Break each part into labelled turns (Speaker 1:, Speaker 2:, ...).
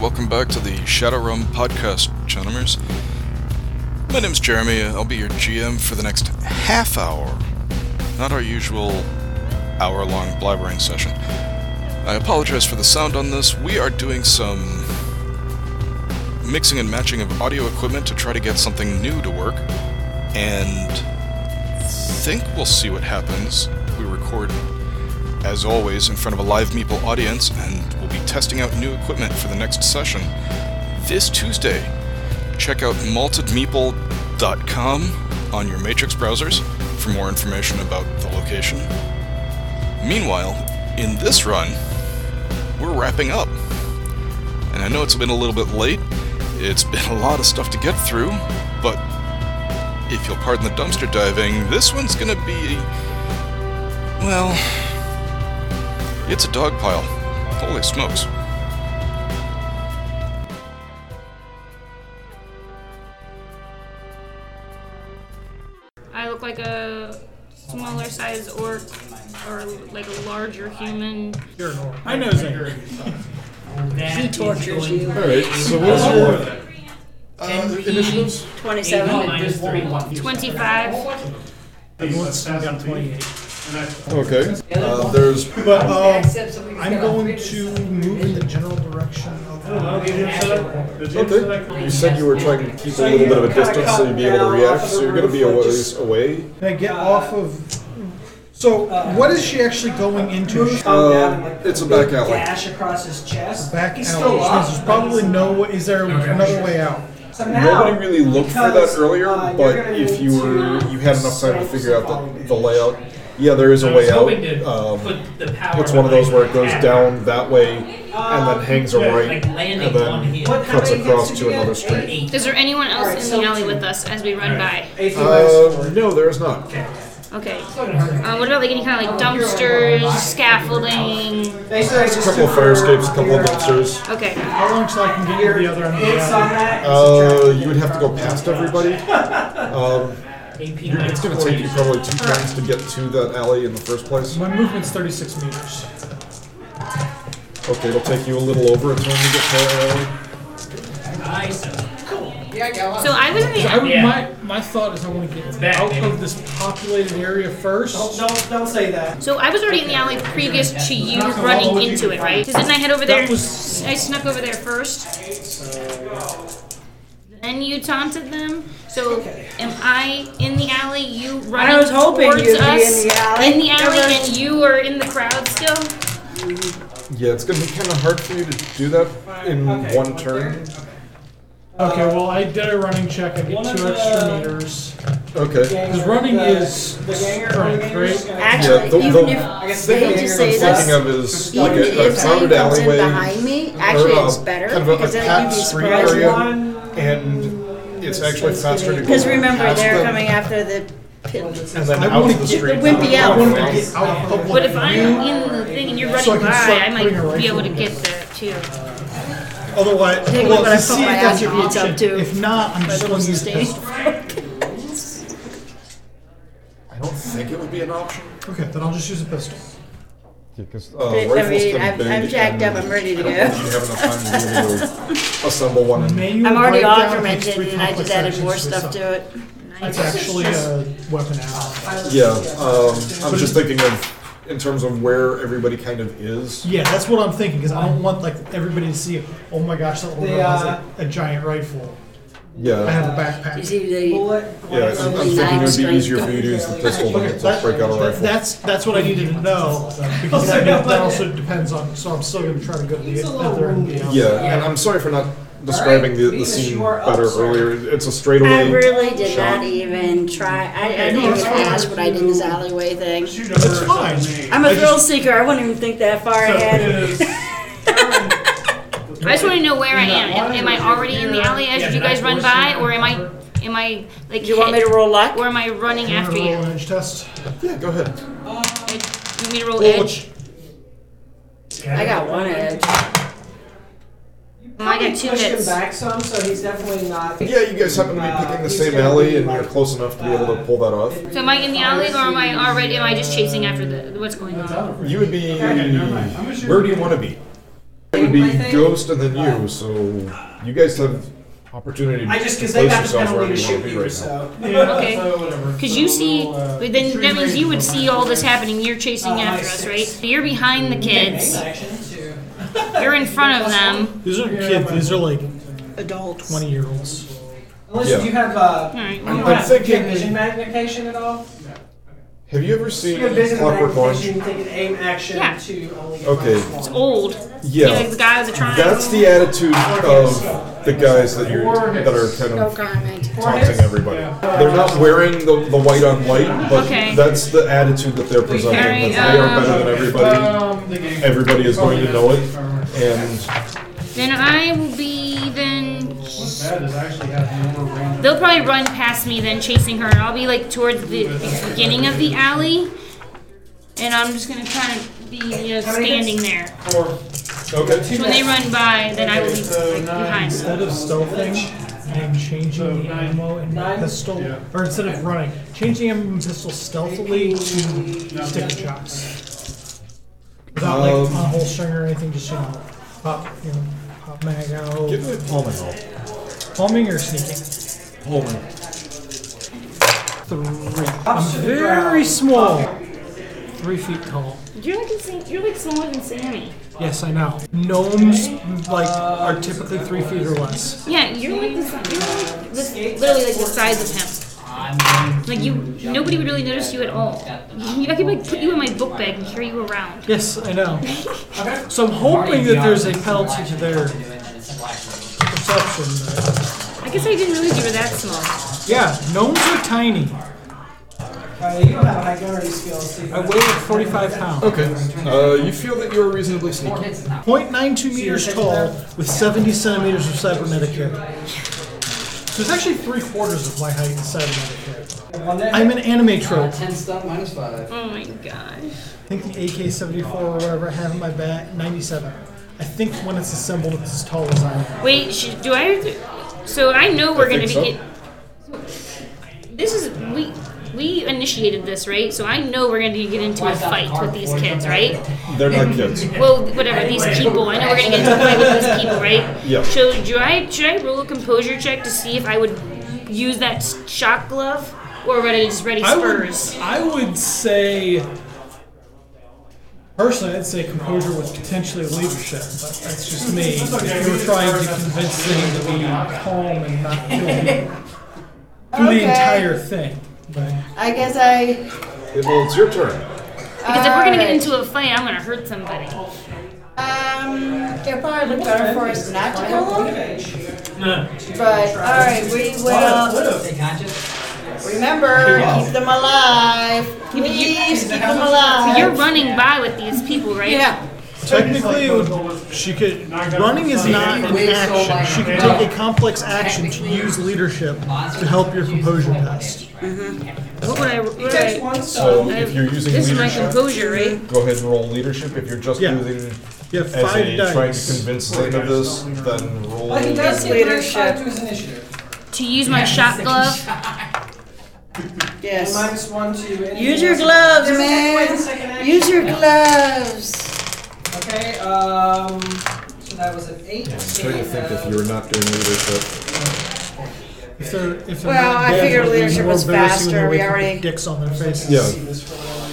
Speaker 1: welcome back to the Shadow Realm podcast, Chunimers. My name's Jeremy. I'll be your GM for the next half hour, not our usual hour long blabbering session. I apologize for the sound on this. We are doing some mixing and matching of audio equipment to try to get something new to work, and think we'll see what happens. We record, as always, in front of a live Meeple audience, and we'll be testing out new equipment for the next session this Tuesday. Check out maltedmeeple.com on your Matrix browsers for more information about the location. Meanwhile, in this run, we're wrapping up. And I know it's been a little bit late, it's been a lot of stuff to get through, but if you'll pardon the dumpster diving, this one's gonna be. Well. It's a dog pile. Holy smokes.
Speaker 2: I look like a smaller size orc or like a larger human.
Speaker 3: I know Zane.
Speaker 4: He tortures you.
Speaker 5: Alright, so what's your uh, initiatives?
Speaker 4: 27.
Speaker 6: Minus three, one.
Speaker 2: 25.
Speaker 3: Everyone's got 28.
Speaker 5: Okay. Uh, there's. But,
Speaker 3: um, I'm going to move in the general direction of
Speaker 4: Uh,
Speaker 5: Um, okay. You said you were trying to keep a little bit of a distance so you'd be able to react, so you're gonna be a ways away.
Speaker 3: Can I get off
Speaker 4: uh,
Speaker 3: of. So, what is she actually going into? She's
Speaker 5: Uh, it's a back alley.
Speaker 4: Gash across his chest.
Speaker 3: back
Speaker 4: He's
Speaker 3: out.
Speaker 4: still alive.
Speaker 3: There's probably no way. Is there another way out?
Speaker 4: So now,
Speaker 5: Nobody really looked for that
Speaker 4: because,
Speaker 5: earlier,
Speaker 4: uh, you're
Speaker 5: but
Speaker 4: gonna
Speaker 5: if
Speaker 4: need
Speaker 5: you
Speaker 4: to-
Speaker 5: were, you had enough time to figure out the, the layout. Yeah, there is a
Speaker 6: I was
Speaker 5: way out.
Speaker 6: hoping to
Speaker 5: Um,
Speaker 6: put the power
Speaker 5: it's one of those where it goes
Speaker 6: behind the hat,
Speaker 5: down that way
Speaker 4: uh,
Speaker 5: and then hangs a
Speaker 6: Like
Speaker 5: right
Speaker 6: landing
Speaker 5: and then-
Speaker 6: on him.
Speaker 4: What, how
Speaker 5: cuts
Speaker 4: many
Speaker 5: across
Speaker 4: hits
Speaker 5: to
Speaker 4: did you
Speaker 5: another
Speaker 4: get?
Speaker 5: street.
Speaker 2: Is there anyone else
Speaker 4: Alright,
Speaker 2: in
Speaker 4: so-
Speaker 2: the alley with us as we run
Speaker 4: Eight. Eight
Speaker 5: Uh, no, there is not.
Speaker 2: by? Okay. Uh, what about like any kind of like dumpsters, scaffolding?
Speaker 4: Basically, I
Speaker 5: A
Speaker 4: just
Speaker 5: couple
Speaker 4: took
Speaker 5: of fire
Speaker 4: your-
Speaker 5: escapes, a couple
Speaker 4: your,
Speaker 5: of dumpsters.
Speaker 2: Okay.
Speaker 3: How long till I can get to the other end
Speaker 4: Uh,
Speaker 3: of the
Speaker 4: hits on
Speaker 3: alley?
Speaker 4: that.
Speaker 5: Uh, you would have to go past everybody. Um,
Speaker 6: AP
Speaker 5: you're- it's going to take you probably two turns to get to that alley in the first
Speaker 4: uh,
Speaker 5: place.
Speaker 3: My movement's 36 meters.
Speaker 5: Okay, it'll take you a little over a turn to get to that alley.
Speaker 6: Nice.
Speaker 2: So I was in the.
Speaker 3: I would,
Speaker 6: Yeah.
Speaker 3: my, my thought is I want to get
Speaker 6: back,
Speaker 3: out
Speaker 6: baby.
Speaker 3: of this populated area first.
Speaker 4: Don't, don't, don't say that.
Speaker 2: So I was already in the alley previous to you running into it, right? Because didn't I head over there?
Speaker 3: That was-
Speaker 2: I snuck over there first. Then you taunted them. So am I in the alley? You running
Speaker 4: I was hoping
Speaker 2: towards
Speaker 4: you'd be
Speaker 2: us
Speaker 4: in the alley.
Speaker 2: in the alley,
Speaker 4: Never-
Speaker 2: and you are in the crowd still.
Speaker 5: Yeah, it's going to be kind of hard for you to do that in
Speaker 4: Okay,
Speaker 5: one
Speaker 4: one
Speaker 5: turn.
Speaker 3: Okay, well, I did a running check. I
Speaker 4: One
Speaker 3: get
Speaker 4: of
Speaker 3: two
Speaker 4: the-
Speaker 3: extra meters.
Speaker 5: Okay.
Speaker 3: Because running is
Speaker 4: The ganger,
Speaker 3: strength, right?
Speaker 5: Yeah,
Speaker 7: Actually,
Speaker 5: the,
Speaker 7: even
Speaker 5: the
Speaker 4: I guess
Speaker 5: thing
Speaker 7: hate
Speaker 5: I'm
Speaker 7: to
Speaker 5: I'm
Speaker 7: say this,
Speaker 5: thinking of is
Speaker 7: if
Speaker 5: like
Speaker 7: even
Speaker 5: a, a
Speaker 7: if someone
Speaker 5: crowded
Speaker 7: comes in
Speaker 5: alleyway.
Speaker 7: behind me,
Speaker 5: or
Speaker 7: actually
Speaker 5: a-
Speaker 7: it's better
Speaker 5: kind of a-
Speaker 7: because
Speaker 5: a
Speaker 7: then
Speaker 5: packed
Speaker 7: you'd be
Speaker 5: street
Speaker 7: surprised.
Speaker 5: area.
Speaker 4: One.
Speaker 5: and it's actually faster to go
Speaker 7: Because remember,
Speaker 5: past
Speaker 7: they're
Speaker 5: them
Speaker 7: coming after the pit.
Speaker 5: and then
Speaker 3: I
Speaker 5: out
Speaker 3: wanna get
Speaker 5: to the
Speaker 3: the
Speaker 5: street.
Speaker 7: wimpy
Speaker 3: I
Speaker 7: out.
Speaker 3: want to get out of
Speaker 2: But if
Speaker 3: the
Speaker 2: I'm
Speaker 3: way.
Speaker 2: in the thing and you're running
Speaker 3: So I can
Speaker 2: by,
Speaker 3: start
Speaker 2: I
Speaker 3: putting a
Speaker 2: might be
Speaker 3: rifle
Speaker 2: able to
Speaker 3: in
Speaker 2: get there too.
Speaker 3: Otherwise,
Speaker 7: Take
Speaker 3: well,
Speaker 7: what I
Speaker 3: to
Speaker 7: put
Speaker 3: see
Speaker 7: my
Speaker 3: if that's your
Speaker 7: attributes up
Speaker 3: option.
Speaker 7: to.
Speaker 3: If not, I'm just
Speaker 7: Whether
Speaker 3: going
Speaker 7: it's
Speaker 3: to use
Speaker 7: a
Speaker 3: pistol.
Speaker 5: I don't think it would be an option.
Speaker 3: Okay, then I'll just use a pistol.
Speaker 5: Yeah, because uh,
Speaker 7: I
Speaker 5: rifles
Speaker 7: mean,
Speaker 5: can
Speaker 7: I'm-
Speaker 5: big
Speaker 7: I'm jacked
Speaker 5: and
Speaker 7: up, I'm ready to
Speaker 5: I don't
Speaker 7: go.
Speaker 5: think You have enough time to be able to assemble one. And
Speaker 3: Manual
Speaker 7: I'm already
Speaker 3: breakdown takes
Speaker 7: augmented
Speaker 3: three
Speaker 7: and I just
Speaker 3: complex
Speaker 7: added
Speaker 3: actions
Speaker 7: more
Speaker 3: to summon.
Speaker 7: stuff to it.
Speaker 3: That's actually a weapon out.
Speaker 5: yeah, um, I'm just thinking of in terms of where everybody kind of is.
Speaker 3: Yeah, that's what I'm thinking because I don't want like everybody to see. Oh my gosh, that little girl has
Speaker 4: uh,
Speaker 3: like, a giant rifle. I
Speaker 5: Yeah,
Speaker 3: have a backpack.
Speaker 7: You see, they,
Speaker 4: Bullet.
Speaker 5: yeah. I'm, I'm thinking it would be easier for you to use the pistol than to break out a
Speaker 3: That-
Speaker 5: rifle.
Speaker 3: That's that's what I needed to know because that, that also depends on. So I'm still going to try to go to the other end. you know.
Speaker 5: Yeah, and I'm sorry for not describing the, the scene better earlier. It's a
Speaker 7: I
Speaker 5: straightaway.
Speaker 7: really did
Speaker 5: shot.
Speaker 7: not even try. I, I didn't even ask what I did in this alleyway thing.
Speaker 3: It's fine.
Speaker 7: I'm a thrill seeker. I wouldn't even think that far ahead.
Speaker 2: I just want to know where I am. Am, am I already in the alley as you guys run by, or am I, am I like?
Speaker 7: Do you want me to roll luck?
Speaker 2: Or am I running
Speaker 3: I'm
Speaker 2: after
Speaker 3: gonna roll
Speaker 2: you?
Speaker 3: an edge test.
Speaker 5: Yeah, go ahead.
Speaker 2: You want me to roll edge?
Speaker 7: I got one edge.
Speaker 2: I got two
Speaker 4: pushed him
Speaker 2: hits.
Speaker 4: back some, so he's definitely not.
Speaker 5: Yeah, you guys happen to be picking the same alley, and you're close enough to be able to pull that off.
Speaker 2: So am I in the alley, or am I already? Am I just chasing after the what's going on?
Speaker 5: You would be. Where do you want to be? It would be
Speaker 4: I think-
Speaker 5: Ghost and then you, so you guys have opportunity to
Speaker 4: I just
Speaker 5: place
Speaker 4: because they got the
Speaker 5: yourself where
Speaker 4: penalty
Speaker 5: you
Speaker 4: to shoot
Speaker 5: want to be
Speaker 4: you,
Speaker 5: right now.
Speaker 4: so.
Speaker 3: Yeah,
Speaker 2: Okay.
Speaker 3: so whatever.
Speaker 2: Because
Speaker 3: So
Speaker 2: you see,
Speaker 3: we'll, uh,
Speaker 2: but then that means you would see all this happening. You're chasing
Speaker 4: Uh,
Speaker 2: after
Speaker 4: six.
Speaker 2: us, right? So you're behind the kids.
Speaker 4: Action two.
Speaker 2: You're in front of them.
Speaker 3: These are kids. These are like
Speaker 7: Adults.
Speaker 3: twenty year olds.
Speaker 4: Unless
Speaker 5: Yeah.
Speaker 4: you have uh,
Speaker 2: All right.
Speaker 4: you don't
Speaker 5: I'm
Speaker 4: have
Speaker 5: thinking-
Speaker 4: vision magnification at all.
Speaker 5: Have you ever
Speaker 4: You have
Speaker 5: seen
Speaker 4: vision
Speaker 5: Clockwork Orange?
Speaker 4: magnification. You can take an aim action
Speaker 2: Yeah.
Speaker 4: to only get
Speaker 5: Okay.
Speaker 4: minus one.
Speaker 2: Old.
Speaker 5: Yeah.
Speaker 2: You know, like the guy with the triangle.
Speaker 5: That's the attitude of the guys that you're that are kind
Speaker 7: No
Speaker 4: Oh,
Speaker 5: of
Speaker 7: comment.
Speaker 5: taunting everybody. They're not wearing the, the white on white, but
Speaker 2: Okay.
Speaker 5: that's the attitude that they're presenting.
Speaker 2: Very,
Speaker 5: that they are
Speaker 2: um,
Speaker 5: better than everybody.
Speaker 3: Um,
Speaker 5: Everybody is going to know it, and
Speaker 2: Then I will be then.
Speaker 6: That is actually having more range.
Speaker 2: They'll probably run past me then, chasing her, and I'll be like towards the, the beginning of the alley, and I'm just gonna kind of be you know standing there.
Speaker 5: okay.
Speaker 2: When they run by, then I will be like, behind.
Speaker 3: Instead of stealthing and changing the ammo and pistol, or instead of running, changing ammo and pistol stealthily to stick shots. Without like
Speaker 5: Um,
Speaker 3: a whole string or anything, just you know, pop, you know, pop mag out.
Speaker 5: Give me Palmer help.
Speaker 3: Palming or sneaking?
Speaker 5: Palmer.
Speaker 3: Three. I'm very small. Three feet tall.
Speaker 2: You're like insane, you're like smaller than Sammy.
Speaker 3: Yes, I know. Gnomes like are typically three feet or less.
Speaker 2: Yeah, you're like the si- you're like this, literally like the size of him. Like you, nobody would really notice you at all. You- I could like put you in my book bag and carry you around.
Speaker 3: Yes, I know. So I'm hoping that there's a penalty to their perception. but-
Speaker 2: I guess I didn't realize you were that small.
Speaker 3: Yeah, gnomes are tiny.
Speaker 4: Uh, you don't have high gunnery skills. So you
Speaker 3: I weigh like 45 pounds.
Speaker 5: Okay. Uh, you feel that you're reasonably sneaky.
Speaker 3: 0.92 meters tall with 70 centimeters of cybernetic hair. So it's actually three quarters of my height in cybernetic hair.
Speaker 4: have one there.
Speaker 3: I'm an anime trope.
Speaker 2: Oh my gosh.
Speaker 3: I think the AK-74 or whatever I have in my back, 97. I think when it's assembled, it's as tall as I am.
Speaker 2: Wait, sh- do I? have to- So I know we're
Speaker 5: I
Speaker 2: gonna be.
Speaker 5: think so.
Speaker 2: Get, this is we we initiated this right, so I know we're gonna get into a fight with these kids, right?
Speaker 5: They're not kids.
Speaker 2: Well, whatever these people. I know we're gonna get into a fight with these people, right?
Speaker 5: Yeah.
Speaker 2: So do I should I roll a composure check to see if I would use that s- shock glove or would I just ready
Speaker 3: I would,
Speaker 2: spurs?
Speaker 3: I would say, personally, I'd say composure was potentially leadership, but that's just me. If you were trying to convince them to be calm and not kill through the
Speaker 8: Okay.
Speaker 3: entire thing. But
Speaker 8: I guess I. uh,
Speaker 5: Well, it's your turn.
Speaker 2: Because if we're gonna get into a fight, I'm gonna hurt somebody.
Speaker 8: Um, it probably looked better for us not to kill them. But all right, we
Speaker 4: Oh,
Speaker 8: will remember keep them alive. Please keep them alive.
Speaker 2: You're running by with these people, right?
Speaker 8: Uh, yeah.
Speaker 3: technically, it would, she could. Running is not an action. She could take a complex action to use leadership to help your composure test.
Speaker 2: What would I? What would
Speaker 4: Takes
Speaker 2: I
Speaker 4: one
Speaker 5: So
Speaker 4: stone.
Speaker 2: I-
Speaker 5: if you're using
Speaker 2: this is my
Speaker 5: leadership,
Speaker 2: composure, right?
Speaker 5: go ahead and roll leadership. If you're just
Speaker 3: Yeah.
Speaker 5: using
Speaker 3: You have
Speaker 5: as
Speaker 3: five
Speaker 5: a
Speaker 3: dice.
Speaker 5: trying to convince Zane of this, then roll.
Speaker 4: Well, he does get minus
Speaker 8: Leadership.
Speaker 4: five to his initiative.
Speaker 2: To use my shock glove.
Speaker 4: And
Speaker 8: Yes.
Speaker 4: minus one to anything
Speaker 8: Use your
Speaker 4: else.
Speaker 8: gloves,
Speaker 4: Doesn't take away the
Speaker 8: man.
Speaker 4: second action.
Speaker 8: Use your gloves.
Speaker 4: Okay, um, so that was an eight.
Speaker 5: Trying to think if you're not doing leadership.
Speaker 3: If they're, if they're
Speaker 8: Well,
Speaker 3: not
Speaker 8: I
Speaker 3: dead,
Speaker 8: figure
Speaker 3: it'll be
Speaker 8: leadership
Speaker 3: more
Speaker 8: is
Speaker 3: embarrassing when
Speaker 8: faster.
Speaker 3: they're
Speaker 8: We
Speaker 3: waking up with
Speaker 8: already-
Speaker 3: dicks on their faces.
Speaker 5: Yeah.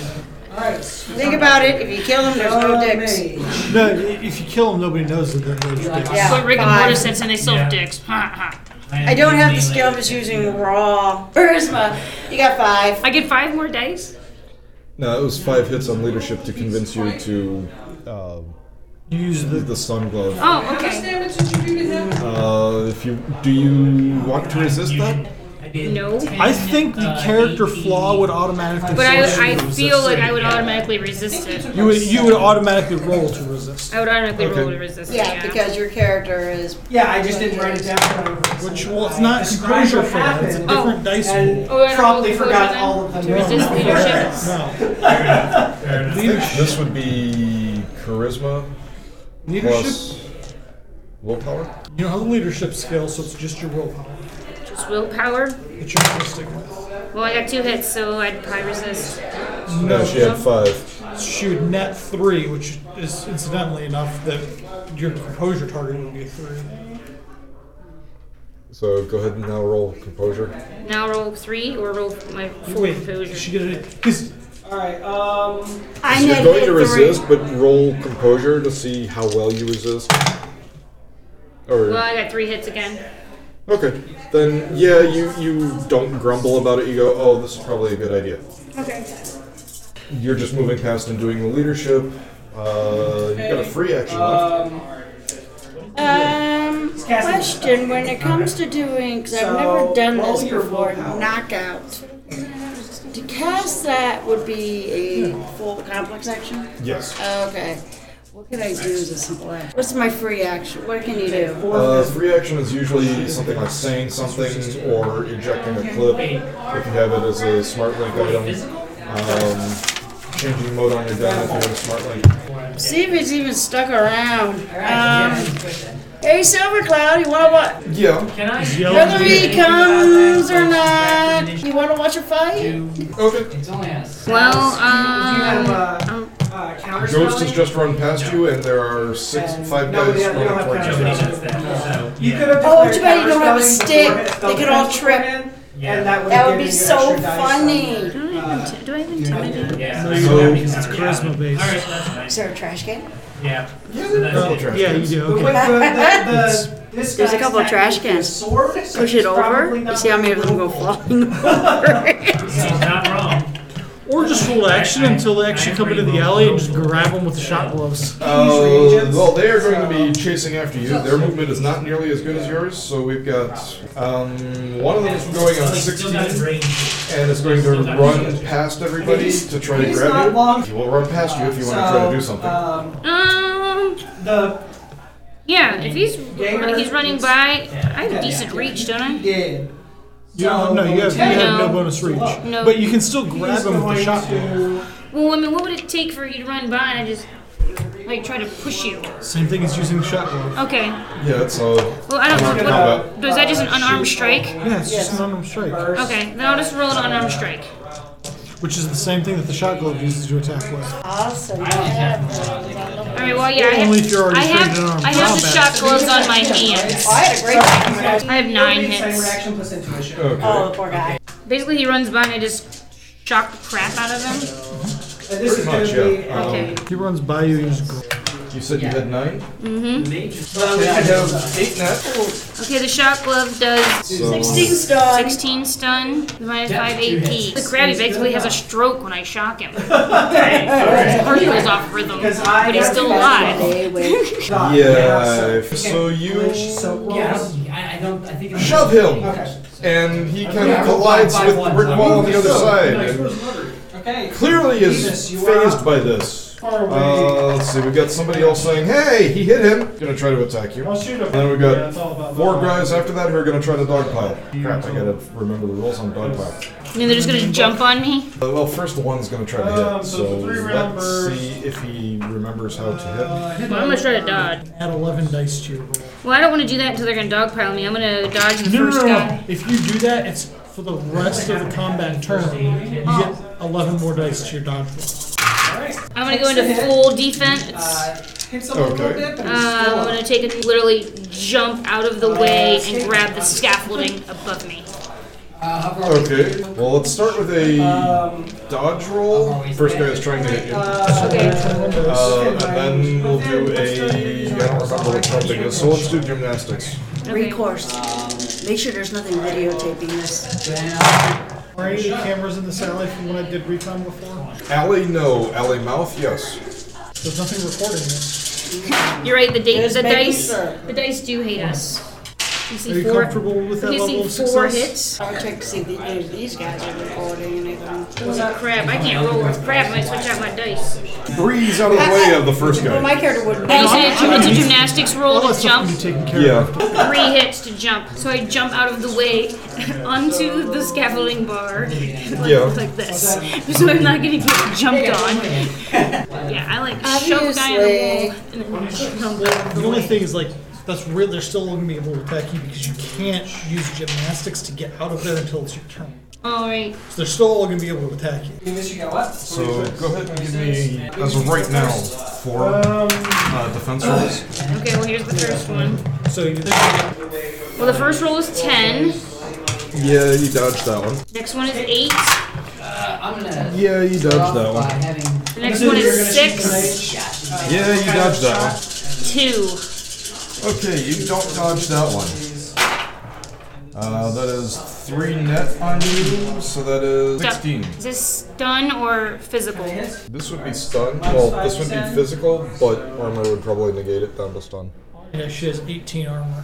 Speaker 4: Alright.
Speaker 8: Think about it. If you kill them, there's no dicks.
Speaker 3: No, i- if you kill them, nobody knows that they're those dicks.
Speaker 8: Yeah.
Speaker 2: But Rick and
Speaker 8: five.
Speaker 2: Morty said, and they still have dicks. Ha, ha.
Speaker 8: I don't have the skill. I'm just using raw. Where's my? You got five.
Speaker 2: I get five more dice.
Speaker 5: No, it was five hits on leadership to convince you to uh,
Speaker 3: Use the
Speaker 5: the sun glove.
Speaker 2: Oh, okay.
Speaker 4: damage did you do to him?
Speaker 5: Uh, if you do, you want to resist that?
Speaker 2: No.
Speaker 3: I think
Speaker 6: uh,
Speaker 3: the character flaw would automatically.
Speaker 2: But
Speaker 3: force you
Speaker 2: I, I
Speaker 3: to
Speaker 2: feel
Speaker 3: resist.
Speaker 2: like I would automatically resist it.
Speaker 3: You would you would automatically roll to resist,
Speaker 2: I would automatically roll
Speaker 5: Okay.
Speaker 2: to resist it.
Speaker 8: Yeah, because your character is.
Speaker 4: Yeah, I just didn't write it down.
Speaker 3: which well, it's not composure for that. It's a
Speaker 2: Oh.
Speaker 3: different dice
Speaker 4: And
Speaker 3: roll.
Speaker 2: Oh, I
Speaker 4: promptly
Speaker 2: don't know,
Speaker 4: forgot
Speaker 2: then?
Speaker 4: all of them.
Speaker 2: To resist leadership.
Speaker 3: No,
Speaker 5: I think this would be charisma
Speaker 3: leadership.
Speaker 5: plus willpower.
Speaker 3: You don't have the leadership skill, so it's just your willpower
Speaker 2: Just willpower.
Speaker 3: that you're gonna stick with.
Speaker 2: Well, I got two hits, so I'd probably resist.
Speaker 5: No, she had five.
Speaker 3: she would net three, which is incidentally enough that your composure target would be a three.
Speaker 5: So go ahead and now roll composure.
Speaker 2: Now roll three or roll my full
Speaker 3: Wait,
Speaker 2: composure.
Speaker 3: she did it because
Speaker 4: Alright,
Speaker 7: Oh.
Speaker 4: um.
Speaker 7: I
Speaker 5: You're
Speaker 7: net
Speaker 5: going to
Speaker 7: hit three.
Speaker 5: resist, but roll composure to see how well you resist.
Speaker 2: well,
Speaker 5: Or
Speaker 2: I got three hits again.
Speaker 5: okay, then yeah, you you don't grumble about it. You go, oh, this is probably a good idea.
Speaker 2: Okay.
Speaker 5: You're just moving past and doing the leadership. Uh, you've got a free action left.
Speaker 4: Um,
Speaker 7: Um,
Speaker 4: Cassie.
Speaker 7: question: When it comes to doing, because I've never
Speaker 4: So,
Speaker 7: done
Speaker 4: roll
Speaker 7: this
Speaker 4: your
Speaker 7: before,
Speaker 4: willpower.
Speaker 7: knockout. To cast that would be a full complex action.
Speaker 5: Yes.
Speaker 7: Okay. What can I do as a simple action? What's my free action? What can you do?
Speaker 5: Uh, free action is usually something like saying something or ejecting a clip. If you have it as a smart link item, um, changing mode on your gun if you have a smart link.
Speaker 7: See if it's even stuck around. Um, hey, Silvercloud, you wanna watch
Speaker 5: Yeah.
Speaker 7: whether he comes or not? You wanna watch a fight?
Speaker 5: Okay.
Speaker 2: Well,
Speaker 4: do you
Speaker 2: um,
Speaker 4: have, uh,
Speaker 7: Oh.
Speaker 4: uh, counter
Speaker 5: Ghost has
Speaker 4: spelling?
Speaker 5: just run past you, and there are six, five
Speaker 4: No,
Speaker 5: guys
Speaker 4: they don't
Speaker 5: running
Speaker 4: have
Speaker 5: towards
Speaker 4: counter
Speaker 5: you.
Speaker 4: spelling.
Speaker 6: that, so.
Speaker 4: You could have
Speaker 7: Oh,
Speaker 4: declared
Speaker 7: too bad you don't have
Speaker 4: counterspelling
Speaker 7: a
Speaker 4: before
Speaker 7: stick.
Speaker 4: it,
Speaker 7: They
Speaker 4: spell
Speaker 7: could all
Speaker 4: defense
Speaker 7: trip.
Speaker 4: went in,
Speaker 6: Yeah.
Speaker 4: And that would
Speaker 7: That
Speaker 4: have
Speaker 7: would be
Speaker 4: given you
Speaker 7: so
Speaker 4: extra dice on Uh,
Speaker 7: funny.
Speaker 2: do I have, inti- do I have intimidate?
Speaker 6: Yeah.
Speaker 3: No,
Speaker 6: I
Speaker 3: you
Speaker 6: don't
Speaker 5: don't.
Speaker 6: have
Speaker 5: It's
Speaker 6: any
Speaker 3: charisma
Speaker 6: counter-
Speaker 3: based.
Speaker 6: All right, so that's nice.
Speaker 7: Is there a trash can?
Speaker 6: Yeah.
Speaker 5: Couple
Speaker 6: So
Speaker 5: trash
Speaker 3: yeah, you
Speaker 5: cans.
Speaker 3: do.
Speaker 4: But
Speaker 3: Okay.
Speaker 4: wait, but the- the- this
Speaker 7: There's a
Speaker 4: guy's
Speaker 7: couple of trash
Speaker 4: technically a
Speaker 7: cans.
Speaker 4: sword, so
Speaker 7: Push
Speaker 4: he's
Speaker 7: it over.
Speaker 4: probably
Speaker 7: You
Speaker 4: not
Speaker 7: see how many of them go
Speaker 4: willful.
Speaker 7: flying over.
Speaker 6: that's- He's not wrong.
Speaker 3: Or just hold action until they actually come into the alley and just grab them with the shot gloves.
Speaker 5: Uh, well, they are going to be chasing after you. Their movement is not nearly as good as yours, so we've got um, one of them is going on
Speaker 6: Like, still got
Speaker 5: 16
Speaker 6: range.
Speaker 5: and is going to run past everybody to try to
Speaker 4: He's not
Speaker 5: grab you.
Speaker 4: long.
Speaker 5: He will run past you if you want to try to do
Speaker 4: So,
Speaker 5: something.
Speaker 4: Um,
Speaker 2: Um,
Speaker 4: the
Speaker 2: yeah, if he's
Speaker 4: Gamer,
Speaker 2: he's running
Speaker 4: it's-
Speaker 2: by, I have
Speaker 4: yeah,
Speaker 2: decent
Speaker 4: yeah.
Speaker 2: reach, don't I?
Speaker 4: did.
Speaker 3: You don't, no, you have, you have no bonus reach.
Speaker 2: No.
Speaker 3: But you can still grab
Speaker 4: He's
Speaker 3: them with
Speaker 4: going
Speaker 3: the shot glove.
Speaker 4: to.
Speaker 2: Well, I mean, what would it take for you to run by and I just like try to push you?
Speaker 3: Same thing as using the shot glove.
Speaker 2: Okay.
Speaker 5: Yeah, it's uh,
Speaker 2: Well, I don't
Speaker 5: Unarmed
Speaker 2: know.
Speaker 5: combat.
Speaker 2: What, was that just an unarmed strike?
Speaker 3: Yeah, it's just an unarmed strike,
Speaker 2: Okay, then I'll just roll an unarmed strike.
Speaker 3: which is the same thing that the shot glove uses to attack with.
Speaker 7: Awesome. Yeah.
Speaker 2: All right. Well, yeah. I have,
Speaker 3: Only if you're already
Speaker 2: I have,
Speaker 3: trained in armed
Speaker 2: I have the
Speaker 3: combat.
Speaker 2: shot gloves on my hands.
Speaker 7: I had a great time.
Speaker 2: I have nine hits.
Speaker 4: reaction plus intuition.
Speaker 5: okay.
Speaker 7: Oh, the poor guy.
Speaker 2: Basically, he runs by and I just shock the crap out of him.
Speaker 4: Uh, this is
Speaker 5: Pretty much,
Speaker 4: gonna be,
Speaker 5: yeah.
Speaker 3: Oh.
Speaker 4: um,
Speaker 2: Okay.
Speaker 3: He runs by you, you just grab
Speaker 5: You said you had nine?
Speaker 4: Hmm? well,
Speaker 5: I
Speaker 4: yeah,
Speaker 5: have eight now.
Speaker 2: Okay, the shock glove does
Speaker 5: So,
Speaker 7: Sixteen stun.
Speaker 2: 16 stun, minus 5 AP. The Krabby basically has a stroke when I shock him. His heart goes off rhythm, but he's still alive.
Speaker 7: Stay away.
Speaker 4: dot,
Speaker 5: yeah. So
Speaker 4: Glitch,
Speaker 5: you
Speaker 4: so roll.
Speaker 6: I, I don't, I think.
Speaker 5: shove him,
Speaker 4: Okay.
Speaker 5: and he kind of collides with the brick wall on the other side. and
Speaker 4: Okay.
Speaker 5: clearly is
Speaker 4: Jesus, you are
Speaker 5: phased by this. Uh, let's see, we've got somebody else saying, hey, he hit him. Gonna try to attack you.
Speaker 6: I'll shoot him.
Speaker 5: And then we've
Speaker 6: Yeah,
Speaker 5: got
Speaker 6: it's all about
Speaker 5: four
Speaker 6: that.
Speaker 5: guys after that who are gonna try to dogpile. Crap, I gotta remember the rules on dogpile.
Speaker 2: And then they're just
Speaker 3: Mm-hmm.
Speaker 2: gonna jump on me.
Speaker 5: Uh, well, first one's gonna try to
Speaker 6: Um,
Speaker 5: hit,
Speaker 6: so
Speaker 5: so
Speaker 6: the three Uh,
Speaker 5: let's
Speaker 6: rounders.
Speaker 5: see if he remembers how to hit.
Speaker 2: Well, I'm gonna try to dodge.
Speaker 3: add 11 dice to your roll.
Speaker 2: Well, I don't wanna do that until they're gonna dogpile me. I'm gonna dodge the
Speaker 3: No, no,
Speaker 2: first
Speaker 3: no, no.
Speaker 2: guy.
Speaker 3: If you do that, it's for the rest of the combat turn. You get 11 more dice to your dodge roll.
Speaker 2: I'm gonna go into full defense.
Speaker 4: Uh, hits him a little
Speaker 5: Okay.
Speaker 4: bit, but he's
Speaker 2: Uh,
Speaker 4: still
Speaker 2: I'm
Speaker 4: up.
Speaker 2: gonna take and literally jump out of the way and grab the scaffolding above me.
Speaker 5: Okay, well, let's start with a
Speaker 6: Um,
Speaker 5: dodge roll. First guy is trying to hit you.
Speaker 4: Uh,
Speaker 5: Uh, and then we'll do a. I don't remember what something is, so let's do gymnastics.
Speaker 2: Okay.
Speaker 7: Recourse. Make sure there's nothing videotaping this.
Speaker 3: Are any cameras in this alley from when I did recon before?
Speaker 5: Alley, no. Alley mouth, yes.
Speaker 3: There's nothing recording this.
Speaker 2: You're right. The, da-
Speaker 7: Just
Speaker 2: the
Speaker 7: making
Speaker 2: dice,
Speaker 7: sure.
Speaker 2: the dice do hate us. You
Speaker 3: Are
Speaker 2: see
Speaker 3: you
Speaker 2: four.
Speaker 3: comfortable with that
Speaker 2: You
Speaker 3: level of
Speaker 2: see four
Speaker 3: success?
Speaker 2: hits.
Speaker 7: I'll check to see if these- these guys are recording anything.
Speaker 2: Oh crap! I can't roll with crap. I might switch out my dice.
Speaker 5: Breeze out of the way of the first
Speaker 7: Well,
Speaker 5: guy.
Speaker 7: my character wouldn't.
Speaker 2: You said it's a- it's a gymnastics roll
Speaker 3: All that
Speaker 2: to
Speaker 3: stuff
Speaker 2: jump.
Speaker 3: can be taken care of.
Speaker 5: Yeah.
Speaker 2: Three hits to jump. So I jump out of the way onto the scaffolding bar like,
Speaker 5: Yeah.
Speaker 2: like this, so I'm not gonna get jumped on. Yeah, I like shove guy in the wall and then jump out of
Speaker 3: The
Speaker 2: the
Speaker 3: only
Speaker 2: way.
Speaker 3: thing is, like, that's real. They're still going to be able to attack you because you can't use gymnastics to get out of there until it's your turn.
Speaker 2: All right.
Speaker 9: So they're still all going to be able to attack you.
Speaker 4: You miss, you got what?
Speaker 5: So go ahead and give me, as of right now, four uh, defense rolls.
Speaker 2: Okay. Well, here's the first one.
Speaker 9: So you,
Speaker 2: Well, the first roll is ten.
Speaker 5: Yeah, you dodged that one.
Speaker 2: Next one is eight.
Speaker 6: I'm gonna.
Speaker 5: Yeah, you dodged that
Speaker 6: By
Speaker 5: one.
Speaker 6: having.
Speaker 2: The next one is six,
Speaker 5: Yeah, you dodged that
Speaker 2: two.
Speaker 5: one. Okay, you don't dodge that one. Uh, that is three net on you, so that is
Speaker 2: Stun-
Speaker 5: 16.
Speaker 2: Is this stun or physical?
Speaker 5: This would be stun. Well, this would be physical, but armor would probably negate it down to stun.
Speaker 3: Yeah, she has 18 armor.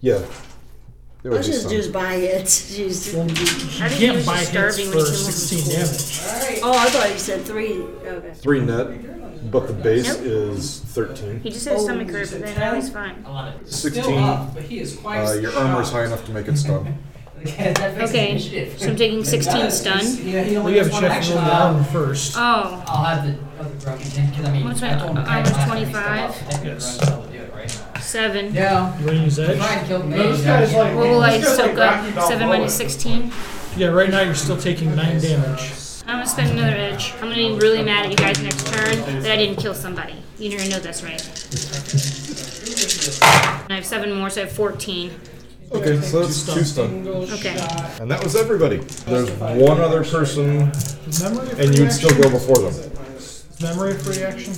Speaker 5: Yeah. It would
Speaker 7: Let's
Speaker 5: be
Speaker 7: just
Speaker 5: stun.
Speaker 7: just buy it. Jeez.
Speaker 3: Well, she
Speaker 2: I think he
Speaker 3: can't
Speaker 2: was
Speaker 3: buy
Speaker 2: just
Speaker 3: hits
Speaker 2: starving
Speaker 3: for
Speaker 2: when he came
Speaker 3: 16
Speaker 2: over
Speaker 3: damage.
Speaker 7: Oh, I thought you said three. Okay.
Speaker 5: Three net, but the base is 13.
Speaker 2: He just had a stomach hurt, but then now he's fine.
Speaker 6: I love it.
Speaker 5: 16.
Speaker 4: Still up, but he is quite.
Speaker 5: Uh, your armor is high enough to make it stun.
Speaker 2: Okay, so I'm taking 16 stun.
Speaker 4: Yeah, he
Speaker 3: Well,
Speaker 4: only
Speaker 3: you have a
Speaker 4: has one
Speaker 3: check
Speaker 4: action.
Speaker 3: on the armor first.
Speaker 2: Oh,
Speaker 6: I'll have the other broken thing because I mean.
Speaker 2: What's
Speaker 6: I
Speaker 2: my-
Speaker 6: told him
Speaker 2: I
Speaker 6: I
Speaker 2: was
Speaker 6: have to
Speaker 2: 25.
Speaker 6: stop. That could
Speaker 3: Yes.
Speaker 6: run, so we'll do it right now.
Speaker 2: seven.
Speaker 4: Yeah.
Speaker 3: You want to use edge?
Speaker 6: Brian killed me.
Speaker 4: Those guys like-
Speaker 2: What will I
Speaker 4: Let's go,
Speaker 2: soak
Speaker 4: like, Rocky
Speaker 2: up?
Speaker 4: Balboa.
Speaker 2: 7 minus 16.
Speaker 3: Yeah, right now you're still taking 9 damage.
Speaker 2: I'm gonna spend another edge. I'm gonna be really mad at you guys next turn that I didn't kill somebody. You never know that's right. And I have seven more, so I have 14.
Speaker 5: Okay, so that's two stun.
Speaker 2: Okay.
Speaker 5: And that was everybody. There's one other person,
Speaker 3: Memory free
Speaker 5: and you'd
Speaker 3: action?
Speaker 5: still go before them.
Speaker 3: Memory free action?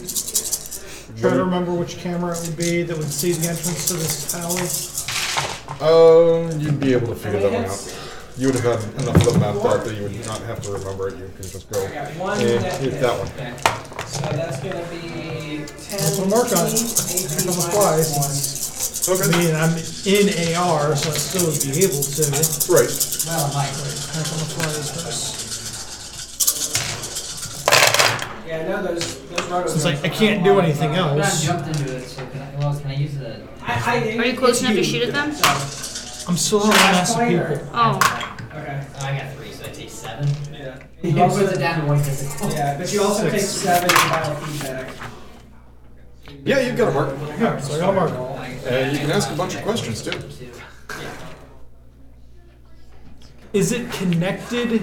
Speaker 3: Try to remember which camera it would be that would see the entrance to this alley.
Speaker 5: Um, you'd be able to figure that one out. You would have had enough of the map out that you would not have to remember it. You can just go.
Speaker 4: One
Speaker 5: Eh,
Speaker 4: net
Speaker 5: hit
Speaker 4: hit.
Speaker 5: that one.
Speaker 4: So that's gonna be 10.
Speaker 3: Put a mark on it.
Speaker 4: 18,
Speaker 3: Come
Speaker 4: minus
Speaker 3: apply.
Speaker 4: one.
Speaker 3: I mean, I'm in AR, so I still would be able to.
Speaker 5: Right.
Speaker 6: Well, Mike.
Speaker 3: Half on the fly is first.
Speaker 4: Yeah, I know those, those rotos.
Speaker 3: It's like, I can't do anything
Speaker 6: But I
Speaker 3: else.
Speaker 6: jumped into it, so can I, well, can I use the. oh,
Speaker 4: I, I,
Speaker 2: Are you close enough to shoot at them?
Speaker 3: I'm still on the mass of
Speaker 4: Flashpoint or-
Speaker 3: people.
Speaker 2: Oh,
Speaker 4: Okay,
Speaker 6: I got three, so I take seven.
Speaker 4: yeah.
Speaker 6: He
Speaker 4: You also-
Speaker 6: puts it down to one physical.
Speaker 4: Yeah, but you also take seven battle feedback.
Speaker 5: Yeah, you've got a mark.
Speaker 3: Yeah, so I got marked.
Speaker 5: And Uh, you can ask a bunch of questions too.
Speaker 3: Is it connected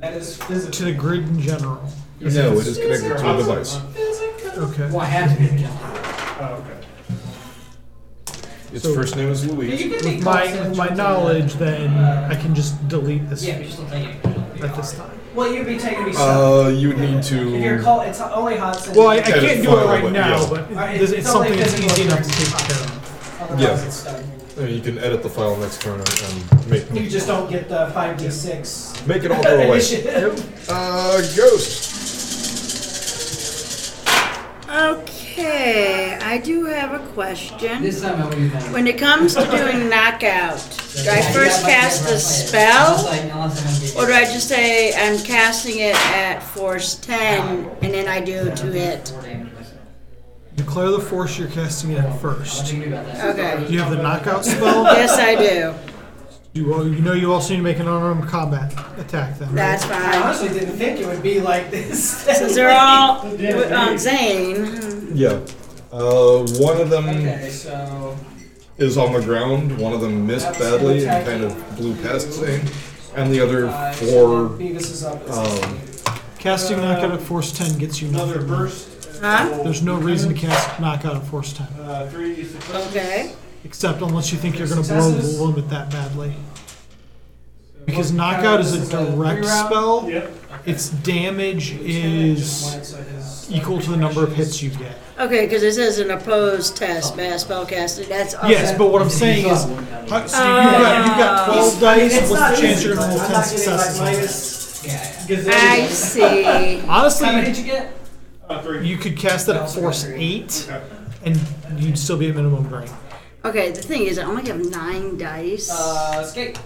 Speaker 4: That is physical.
Speaker 3: to the grid in general?
Speaker 5: No, it is connected to a device.
Speaker 3: Okay.
Speaker 6: Well, I have to be.
Speaker 5: Its
Speaker 3: So-
Speaker 5: first name is Louise.
Speaker 3: With my, with my knowledge, then I can just delete this
Speaker 6: Yeah, but
Speaker 3: at
Speaker 6: you're still taking it.
Speaker 3: this time.
Speaker 4: Well, you'd be taking me seven.
Speaker 5: Uh, you would need
Speaker 4: if you're
Speaker 5: to.
Speaker 4: call, it's only Hudson.
Speaker 3: Well, I, I
Speaker 5: Edit
Speaker 3: can't do it
Speaker 5: file,
Speaker 3: right
Speaker 5: but
Speaker 3: now,
Speaker 5: yeah.
Speaker 3: but
Speaker 4: Alright,
Speaker 3: it's,
Speaker 4: it's
Speaker 3: it's
Speaker 4: only
Speaker 3: something that's
Speaker 4: physical
Speaker 3: easy enough to take
Speaker 4: strength.
Speaker 3: care of.
Speaker 4: Otherwise,
Speaker 5: yeah.
Speaker 4: it's done.
Speaker 5: uh, You can edit the file next turn and make
Speaker 4: You just don't get the five d six.
Speaker 5: make it all go away. Uh, ghost.
Speaker 7: Okay, I do have a question.
Speaker 6: This time I will use my.
Speaker 7: When it comes to doing knockout, do I first cast the spell? Or do I just say I'm casting it at force 10 and then I do to hit?
Speaker 3: Declare the force you're casting it at first.
Speaker 7: Okay.
Speaker 3: Do you have the knockout spell?
Speaker 7: Yes, I do.
Speaker 3: you, all, you know you also need to make an unarmed combat attack then. right?
Speaker 7: That's
Speaker 4: I
Speaker 7: fine.
Speaker 4: honestly didn't think it would be like this.
Speaker 7: Since they're all w- on Zane.
Speaker 5: Yeah. Uh, one of them
Speaker 4: okay, so
Speaker 5: is on the ground. One of them missed badly and kind of blew past Zane, and the other
Speaker 4: uh,
Speaker 5: four.
Speaker 4: Beavis is up.
Speaker 5: Um,
Speaker 3: Casting knockout at force 10 gets you nothing.
Speaker 7: Huh?
Speaker 3: There's no reason to cast knockout at force 10.
Speaker 7: Okay.
Speaker 3: Except unless you think you're going to blow
Speaker 4: Successes.
Speaker 3: the limit that badly. Because knockout is a direct spell. Its damage is equal to the number of hits you get.
Speaker 7: Okay, because it says an opposed test, mass spell casting. That's awesome.
Speaker 3: Yes, but what I'm saying is, so you've got, you've got
Speaker 4: Uh,
Speaker 3: 12 dice. What's the chance you're going to roll 10 successes?
Speaker 7: I see.
Speaker 4: How many did
Speaker 3: Honestly,
Speaker 4: you get?
Speaker 3: you could cast that at force 8, and you'd still be at minimum drain.
Speaker 7: Okay, the thing is, I only have nine dice.
Speaker 4: Uh, skate.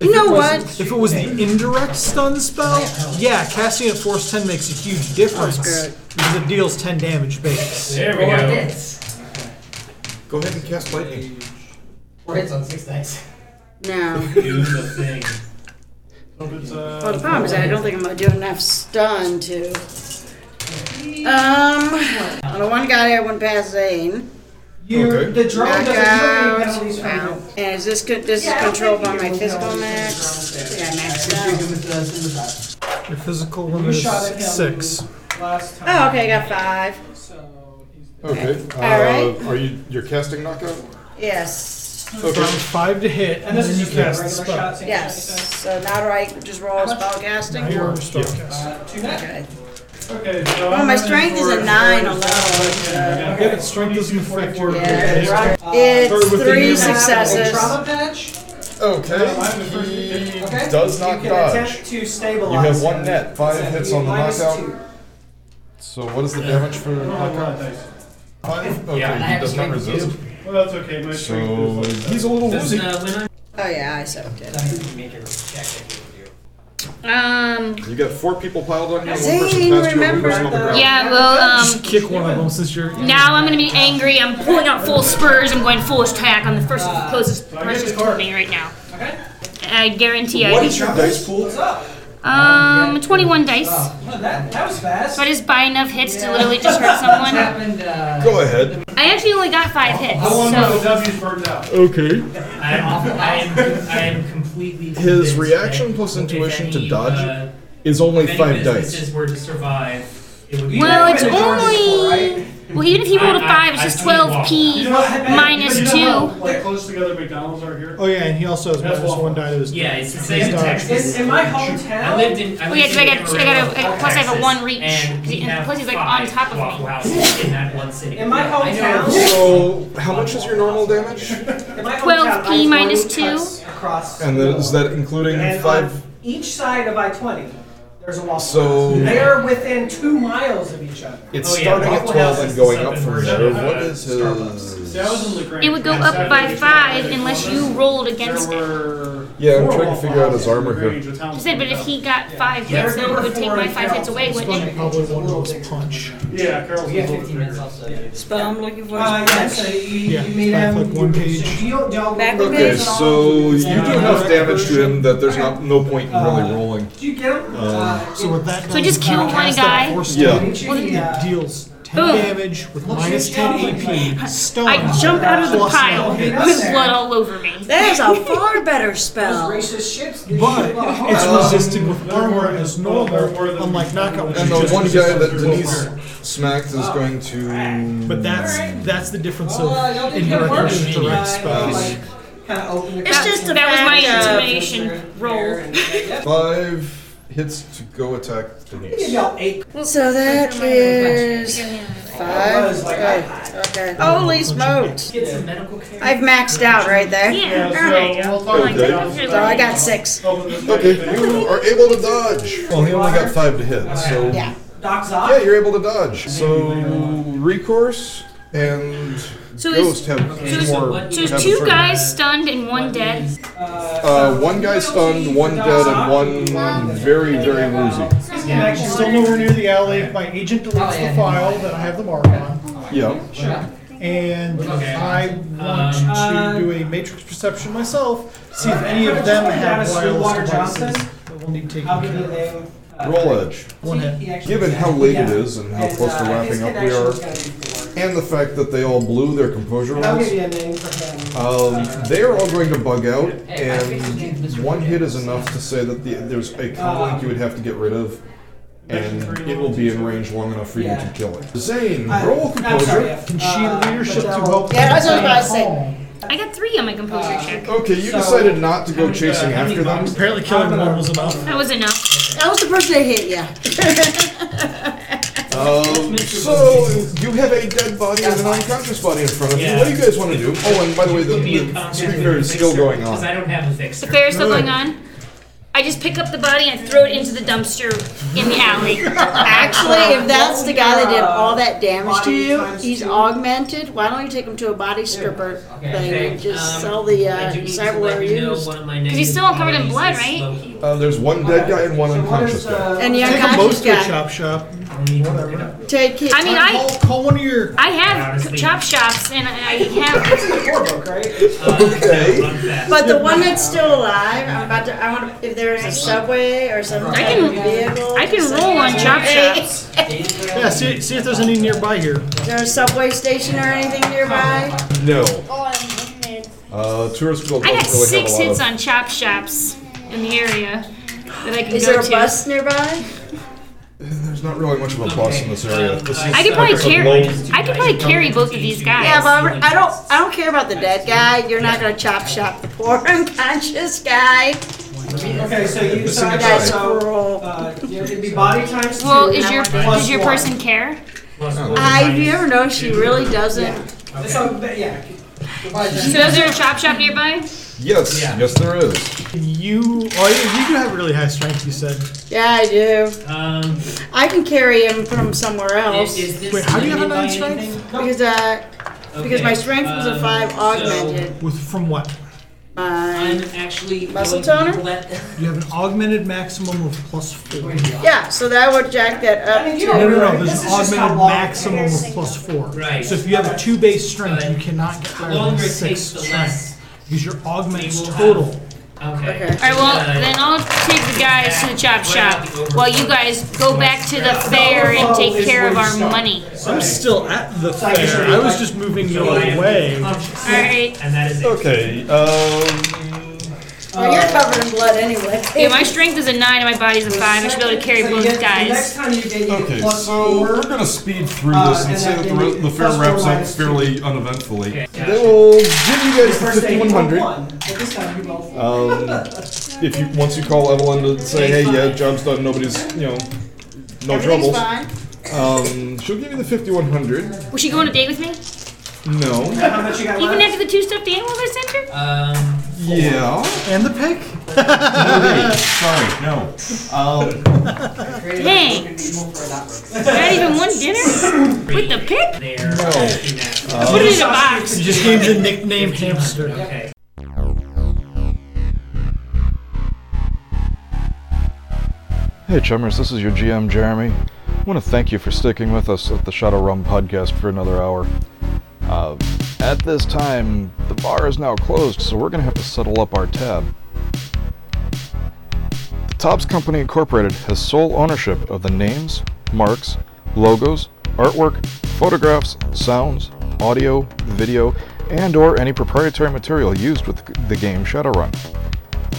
Speaker 7: You know
Speaker 3: If it was-
Speaker 7: what?
Speaker 3: If it was the indirect stun spell, yeah, casting at force 10 makes a huge difference.
Speaker 7: good.
Speaker 3: Because it deals 10 damage base.
Speaker 6: There we go. Hits.
Speaker 5: Go ahead and cast lightning.
Speaker 6: Four hits on six dice.
Speaker 7: No.
Speaker 6: Do the thing.
Speaker 7: Well, the problem is I don't think I'm gonna do enough stun to. Um, on the one guy, I went past Zane.
Speaker 4: Your, the drone doesn't do any penalties
Speaker 7: Knockout.
Speaker 4: from you.
Speaker 7: And is this, co- this is controlled by my physical max? Yeah, maxed out.
Speaker 9: Your physical
Speaker 4: You
Speaker 9: limit is
Speaker 4: shot at him
Speaker 9: six.
Speaker 4: last time.
Speaker 7: Oh, okay, I got five.
Speaker 4: So he's
Speaker 5: Okay.
Speaker 7: All right.
Speaker 5: Uh, are you you're casting knockout?
Speaker 7: Yes,
Speaker 9: From
Speaker 5: Okay.
Speaker 9: five to hit, and,
Speaker 4: And this
Speaker 9: then
Speaker 4: is
Speaker 9: you
Speaker 4: just a
Speaker 9: cast
Speaker 4: regular
Speaker 9: the
Speaker 4: shot.
Speaker 9: spell.
Speaker 4: same
Speaker 7: yes.
Speaker 4: thing.
Speaker 7: So now do I just roll spell casting?
Speaker 9: Now you're a spellcaster.
Speaker 4: Uh, Two net.
Speaker 7: Okay.
Speaker 3: Okay,
Speaker 2: Oh,
Speaker 3: so.
Speaker 7: Well,
Speaker 3: I'm
Speaker 7: my
Speaker 3: running
Speaker 7: strength is
Speaker 3: for-
Speaker 7: a nine alone.
Speaker 3: Yeah,
Speaker 9: Yeah, its strength doesn't affect your
Speaker 7: Yeah.
Speaker 9: yeah.
Speaker 4: Uh,
Speaker 7: It's
Speaker 9: Sorry, with the
Speaker 7: three
Speaker 9: new-
Speaker 7: successes.
Speaker 4: A trauma patch.
Speaker 5: Okay. He
Speaker 4: Okay.
Speaker 5: does not
Speaker 4: you can
Speaker 5: dodge.
Speaker 4: attempt to stabilize.
Speaker 5: You have
Speaker 4: him.
Speaker 5: one net, five
Speaker 4: It's a
Speaker 5: hits on the
Speaker 4: minus
Speaker 5: knockout.
Speaker 4: two.
Speaker 5: So what is the damage for
Speaker 3: Oh,
Speaker 5: knockout?
Speaker 3: God, nice.
Speaker 5: Five?
Speaker 3: Yeah,
Speaker 5: Okay, he does not resist.
Speaker 3: Well, that's okay. My
Speaker 5: So
Speaker 3: strength is.
Speaker 5: he's a little woozy.
Speaker 6: uh,
Speaker 7: Oh yeah, I soaked it.
Speaker 2: Um.
Speaker 5: You got four people piled on you. One
Speaker 7: Zane,
Speaker 5: person passed you, one
Speaker 7: remember
Speaker 5: person on the
Speaker 4: the-
Speaker 5: ground.
Speaker 2: Yeah. Well. Um.
Speaker 9: Just kick one of them since you're.
Speaker 2: Now I'm gonna be angry. I'm pulling out full spurs. I'm going full attack on the first closest person to me right now.
Speaker 4: Okay.
Speaker 2: I guarantee I.
Speaker 5: What is your dice pool?
Speaker 4: What's up?
Speaker 2: Um, 21 dice.
Speaker 4: Well, that, that was fast.
Speaker 2: So I just buy enough hits to literally just hurt someone.
Speaker 4: happened. Uh,
Speaker 5: Go ahead.
Speaker 2: I actually only got five hits.
Speaker 3: The one with
Speaker 2: So
Speaker 3: the W's burned out.
Speaker 5: Okay.
Speaker 6: I am, I am, I am completely.
Speaker 5: His
Speaker 6: convinced
Speaker 5: reaction
Speaker 6: that
Speaker 5: plus
Speaker 6: if
Speaker 5: intuition to
Speaker 6: any,
Speaker 5: dodge
Speaker 6: uh,
Speaker 5: Is only
Speaker 6: if any
Speaker 5: five dice.
Speaker 6: businesses were to survive, it would be.
Speaker 2: well, it's
Speaker 4: Yeah, right?
Speaker 2: only. Well, even if he rolled a five, it's just 12p minus
Speaker 3: you know How,
Speaker 2: two.
Speaker 3: like close together McDonald's are here.
Speaker 9: Oh yeah, and he also has
Speaker 3: That's
Speaker 9: minus
Speaker 3: awful.
Speaker 9: one die to his.
Speaker 6: Yeah, it's the same in
Speaker 9: Dodge.
Speaker 6: Texas.
Speaker 4: In, in my hometown,
Speaker 6: I lived in. I
Speaker 2: Well, yeah,
Speaker 6: lived
Speaker 2: 'cause I
Speaker 6: in
Speaker 2: got- I got a-
Speaker 6: Amarillo,
Speaker 2: plus I have a
Speaker 6: Texas,
Speaker 2: one reach, 'cause
Speaker 6: And we
Speaker 2: he- and
Speaker 6: have
Speaker 2: plus he's, like, on
Speaker 6: five
Speaker 2: top of me.
Speaker 6: Waffle Houses in that one city.
Speaker 4: In my
Speaker 6: I know.
Speaker 4: hometown-
Speaker 5: So, how much is your normal damage?
Speaker 4: in my hometown,
Speaker 2: 12p
Speaker 4: I-20
Speaker 2: minus
Speaker 4: cuts
Speaker 2: two.
Speaker 4: Across.
Speaker 5: And then, is that including
Speaker 4: and
Speaker 5: five?
Speaker 4: on each side of I-20, there's a wall.
Speaker 5: So-
Speaker 4: they're within two miles of each other.
Speaker 5: It's
Speaker 6: Oh, yeah,
Speaker 5: starting at
Speaker 6: Waffle
Speaker 5: 12
Speaker 6: House
Speaker 5: and
Speaker 6: is
Speaker 5: going
Speaker 6: the
Speaker 5: up from
Speaker 6: subversion
Speaker 5: there.
Speaker 6: of,
Speaker 5: What
Speaker 6: uh,
Speaker 5: is
Speaker 6: Starbucks.
Speaker 5: his.
Speaker 3: See, I was in the Grand
Speaker 2: It would go
Speaker 3: Canyon.
Speaker 2: up by five
Speaker 3: There
Speaker 2: unless you rolled against it.
Speaker 3: were
Speaker 5: Yeah, I'm
Speaker 3: four
Speaker 5: trying to figure out his
Speaker 3: Waffle
Speaker 5: armor
Speaker 3: Houses in
Speaker 5: here.
Speaker 3: the town.
Speaker 2: He said, but if he got five
Speaker 4: Yeah.
Speaker 2: hits, then it would take my five hits away,
Speaker 9: This
Speaker 2: wouldn't
Speaker 9: one
Speaker 2: it?
Speaker 9: probably one of those punch.
Speaker 3: Yeah, Carol's a little bit bigger.
Speaker 7: Spell I'm looking for.
Speaker 4: Uh, yeah, so you,
Speaker 9: Yeah,
Speaker 4: you meet
Speaker 9: back,
Speaker 4: him.
Speaker 9: like, one
Speaker 4: you-
Speaker 9: page.
Speaker 4: so you don't, don't
Speaker 7: Back
Speaker 4: look
Speaker 7: one
Speaker 4: at
Speaker 5: Okay,
Speaker 4: it at all.
Speaker 5: so you do
Speaker 4: Yeah.
Speaker 5: enough damage to him that there's not no point in really rolling.
Speaker 4: Do you get him? Uh,
Speaker 9: So with that,
Speaker 2: So I just
Speaker 9: done,
Speaker 2: kill
Speaker 9: you
Speaker 2: one
Speaker 9: cast
Speaker 2: guy?
Speaker 9: that force
Speaker 5: Yeah.
Speaker 9: stone.
Speaker 4: Didn't you,
Speaker 9: It
Speaker 4: uh,
Speaker 9: deals 10
Speaker 2: Boom.
Speaker 9: damage with minus 10 AP. Stone.
Speaker 2: I jump out of the
Speaker 9: plus
Speaker 2: pile
Speaker 9: no hit.
Speaker 2: with blood all over me.
Speaker 7: That is a far better
Speaker 4: those
Speaker 7: spell.
Speaker 4: racist shits. give you
Speaker 9: But
Speaker 4: a lot of harm.
Speaker 9: it's
Speaker 5: Um,
Speaker 9: resisted with
Speaker 3: there were-
Speaker 9: armor as normal,
Speaker 3: there were the-
Speaker 9: unlike knockout. which
Speaker 5: And
Speaker 9: is
Speaker 5: the
Speaker 9: just
Speaker 5: one guy
Speaker 9: resisted
Speaker 5: that
Speaker 9: to
Speaker 5: Denise
Speaker 9: armor.
Speaker 5: smacked is going to.
Speaker 9: But that's that's the difference of
Speaker 4: Well, y'all did get
Speaker 9: indirect
Speaker 4: work.
Speaker 9: versus direct
Speaker 4: Uh,
Speaker 9: spells.
Speaker 4: like, kinda open the
Speaker 7: It's
Speaker 4: curtain.
Speaker 7: just the
Speaker 2: That was my
Speaker 4: uh,
Speaker 7: fact of-
Speaker 2: intimidation roll.
Speaker 5: five hits to go attack
Speaker 4: Give
Speaker 5: Denise.
Speaker 4: y'all eight.
Speaker 7: So that is five. Oh, okay. Holy smokes!
Speaker 6: Get some medical care.
Speaker 7: I've maxed out right there.
Speaker 2: Yeah.
Speaker 3: Yeah, so we'll talk
Speaker 5: Okay.
Speaker 3: about
Speaker 2: So
Speaker 7: So I got six.
Speaker 5: Okay, you are able to dodge. Well, he only got five to hit, so.
Speaker 7: Yeah.
Speaker 4: Doc's
Speaker 5: Yeah,
Speaker 4: off.
Speaker 5: you're able to dodge. So recourse and
Speaker 2: So is-
Speaker 5: ghost have two
Speaker 2: so
Speaker 5: more.
Speaker 6: is-
Speaker 2: So
Speaker 5: have
Speaker 2: there's
Speaker 5: a
Speaker 2: two
Speaker 5: turn.
Speaker 2: guys stunned and one dead.
Speaker 5: Uh, one guy stunned, one dead, and one very very woozy.
Speaker 9: I'm still nowhere near the alley. My agent deletes the file that I have the mark on,
Speaker 5: Yeah.
Speaker 9: and
Speaker 6: Okay.
Speaker 9: I want
Speaker 4: Um,
Speaker 9: to do a matrix perception myself to see if any of them have wireless
Speaker 4: Stillwater
Speaker 9: devices
Speaker 4: Johnson.
Speaker 9: that will need taking
Speaker 4: How did
Speaker 9: care
Speaker 4: the
Speaker 9: of.
Speaker 4: name? uh,
Speaker 5: Roll edge.
Speaker 9: One
Speaker 4: he-
Speaker 9: hit.
Speaker 4: he actually-
Speaker 5: Given how late it
Speaker 4: Yeah.
Speaker 5: is and how
Speaker 4: And,
Speaker 5: close to
Speaker 4: uh,
Speaker 5: wrapping
Speaker 4: his
Speaker 5: up we are,
Speaker 4: connection's gotta be
Speaker 5: and the fact that they all blew their composure
Speaker 4: four. I'll give
Speaker 5: rolls,
Speaker 4: you a name for him. Uh,
Speaker 5: um, they are all going to bug out, and one hit is enough to say that the, there's a comlink you would have to get rid of, and it will be in range long enough for you to kill it. Zane,
Speaker 4: I-
Speaker 5: roll
Speaker 4: Uh, I'm sorry,
Speaker 5: composure.
Speaker 4: F.
Speaker 9: Can she
Speaker 4: Uh,
Speaker 9: have leadership to
Speaker 4: but, uh,
Speaker 9: help?
Speaker 7: Yeah, that's what I was about to say.
Speaker 2: I got three on my composure check.
Speaker 5: Okay, you
Speaker 4: So-
Speaker 5: decided not to
Speaker 9: uh,
Speaker 5: go chasing
Speaker 6: how many
Speaker 5: after them.
Speaker 6: bombs-
Speaker 9: Apparently, killing one was enough.
Speaker 2: That was enough.
Speaker 7: That was the person that hit you.
Speaker 5: Um, so you have a dead body and an unconscious body in front of you. What do you guys want to do? Oh, and by the way, the,
Speaker 6: Be in
Speaker 5: the
Speaker 6: contact
Speaker 5: speaker
Speaker 6: with a
Speaker 5: is still
Speaker 6: fixer,
Speaker 5: going
Speaker 6: Because
Speaker 5: on.
Speaker 6: I don't have a fixer.
Speaker 2: The fair is still going on. I just pick up the body and throw it into the dumpster in the alley.
Speaker 7: Actually, if that's the guy that did all that damage to you,
Speaker 4: Body times
Speaker 7: he's
Speaker 4: two.
Speaker 7: augmented. Why don't you take him to a body stripper thing and just
Speaker 6: um,
Speaker 7: sell the
Speaker 6: I
Speaker 7: uh,
Speaker 6: do need to
Speaker 7: cyberware
Speaker 6: let you know
Speaker 7: used?
Speaker 6: one of my Uh,
Speaker 2: he's
Speaker 6: negative
Speaker 2: still covered in
Speaker 6: qualities
Speaker 2: blood,
Speaker 6: is
Speaker 2: right?
Speaker 6: low heat.
Speaker 5: Uh, there's one dead guy and one
Speaker 4: So what
Speaker 5: unconscious
Speaker 4: is,
Speaker 5: guy.
Speaker 4: uh,
Speaker 7: And the
Speaker 9: Take them
Speaker 7: unconscious
Speaker 9: both to a
Speaker 7: guy.
Speaker 9: chop shop.
Speaker 6: Uh,
Speaker 9: Whatever.
Speaker 7: Take it.
Speaker 2: I mean, I-
Speaker 9: Call, call one of your.
Speaker 2: I have chop shops and I have.
Speaker 5: Okay.
Speaker 7: But the one that's still alive, I'm about to. I want to, if there's a subway or some
Speaker 2: I
Speaker 7: type
Speaker 2: can-
Speaker 7: of vehicle.
Speaker 2: I can roll on chop
Speaker 7: Hey,
Speaker 2: shops.
Speaker 9: Yeah, see, see if there's any nearby here.
Speaker 7: Is there a subway station or anything nearby?
Speaker 5: No.
Speaker 8: Oh, I'm in it.
Speaker 5: Uh, tourist bill
Speaker 2: I got
Speaker 5: doesn't really have
Speaker 2: six
Speaker 5: a lot
Speaker 2: hits
Speaker 5: of.
Speaker 2: on chop shops in the area that I can
Speaker 7: Is
Speaker 2: go
Speaker 7: there a
Speaker 2: to.
Speaker 7: bus nearby?
Speaker 5: There's not really much of a bus in this area. This is
Speaker 2: I could
Speaker 5: like
Speaker 2: probably
Speaker 5: a
Speaker 2: carry.
Speaker 5: low-
Speaker 2: I could probably carry both of these guys.
Speaker 7: Yeah, but I don't. I don't care about the dead guy. You're not gonna chop shop the poor unconscious guy.
Speaker 4: Okay, so you
Speaker 5: Just think
Speaker 4: decide,
Speaker 5: it's
Speaker 7: like-
Speaker 4: so, uh, yeah, it'd be body times two.
Speaker 2: Well, is your
Speaker 4: plus
Speaker 2: does your
Speaker 4: one.
Speaker 2: person care?
Speaker 7: I have you ever noticed she really doesn't?
Speaker 4: So, but yeah. the body times-
Speaker 2: So is there a chop shop nearby?
Speaker 5: Yes,
Speaker 10: Yeah.
Speaker 5: yes, there is.
Speaker 9: Can You, oh, you, you do have really high strength. You said.
Speaker 7: Yeah, I do.
Speaker 10: Um,
Speaker 7: I can carry him from somewhere
Speaker 10: is,
Speaker 7: else
Speaker 10: is this
Speaker 9: Wait, how do you have a
Speaker 10: limited by
Speaker 9: nine strength?
Speaker 10: anything?
Speaker 7: because uh, because my strength was a
Speaker 10: um,
Speaker 7: five augmented.
Speaker 9: With from what?
Speaker 10: I'm
Speaker 7: Mine.
Speaker 10: actually
Speaker 7: Muscle
Speaker 10: going
Speaker 7: toner?
Speaker 10: To let,
Speaker 9: You have an augmented maximum of plus four.
Speaker 7: Yeah, so that would jack that
Speaker 4: I
Speaker 7: up.
Speaker 4: mean, you
Speaker 9: No,
Speaker 4: don't
Speaker 9: no, no.
Speaker 4: really,
Speaker 9: There's
Speaker 4: this
Speaker 9: an
Speaker 4: is just how
Speaker 9: augmented
Speaker 4: long.
Speaker 9: maximum of plus four.
Speaker 10: Right.
Speaker 9: So if you have a two base strength, you cannot get
Speaker 10: the
Speaker 9: higher than
Speaker 10: longer it
Speaker 9: six
Speaker 10: takes, the
Speaker 9: strength
Speaker 10: less.
Speaker 9: because your augments
Speaker 10: You will
Speaker 9: total.
Speaker 10: Okay.
Speaker 7: Okay.
Speaker 2: All right. Well, then I'll take the guys to the chop shop while you guys go back to the fair and take care of our money.
Speaker 9: I'm still at the
Speaker 4: I guess
Speaker 9: fair.
Speaker 4: you're
Speaker 9: I was
Speaker 4: right.
Speaker 9: just moving you
Speaker 10: So I am
Speaker 9: away.
Speaker 10: conscious,
Speaker 2: All right.
Speaker 10: And that is it.
Speaker 5: Okay. Um.
Speaker 7: Well,
Speaker 4: uh,
Speaker 7: you're covered in blood anyway.
Speaker 2: Yeah, my strength is a nine and my body's a five. I should be able to carry
Speaker 4: So you
Speaker 2: both
Speaker 4: get- the Next
Speaker 2: guys.
Speaker 4: time you get, you get
Speaker 5: Okay,
Speaker 4: plus
Speaker 5: so
Speaker 4: four.
Speaker 5: we're gonna speed through
Speaker 4: Uh,
Speaker 5: this and
Speaker 4: and
Speaker 5: say that
Speaker 4: then
Speaker 5: the, re- the fair
Speaker 4: plus four
Speaker 5: wraps up
Speaker 4: minus two.
Speaker 5: fairly uneventfully.
Speaker 10: Okay, gotcha.
Speaker 5: They will give you
Speaker 4: Your
Speaker 5: guys the
Speaker 4: first day, you roll
Speaker 5: 1500.
Speaker 4: one, but this time you roll four.
Speaker 5: Um, if you once you call Evelyn to say, hey, yeah, job's done, nobody's you know, no
Speaker 7: Everything's
Speaker 5: troubles.
Speaker 7: fine.
Speaker 5: Um, she'll give you the 5100.
Speaker 2: Will she go on a date with me?
Speaker 5: No.
Speaker 4: How much you got
Speaker 2: Even
Speaker 4: left?
Speaker 2: after the two stuffed animals I sent her?
Speaker 10: Um,
Speaker 5: Yeah.
Speaker 9: And the pick.
Speaker 5: Wait, sorry, no. Um,
Speaker 2: Dang. Not even one dinner? With the pig?
Speaker 10: there.
Speaker 5: no.
Speaker 2: Put it in a box.
Speaker 9: You just gave the nickname hamster.
Speaker 10: Okay.
Speaker 1: Hey Chummers, this is your GM Jeremy. I want to thank you for sticking with us at the Shadow Rum podcast for another hour. Uh, at this time, the bar is now closed, so we're going to have to settle up our tab. The Tobbs Company Incorporated has sole ownership of the names, marks, logos, artwork, photographs, sounds, audio, video, and or any proprietary material used with the game Shadowrun.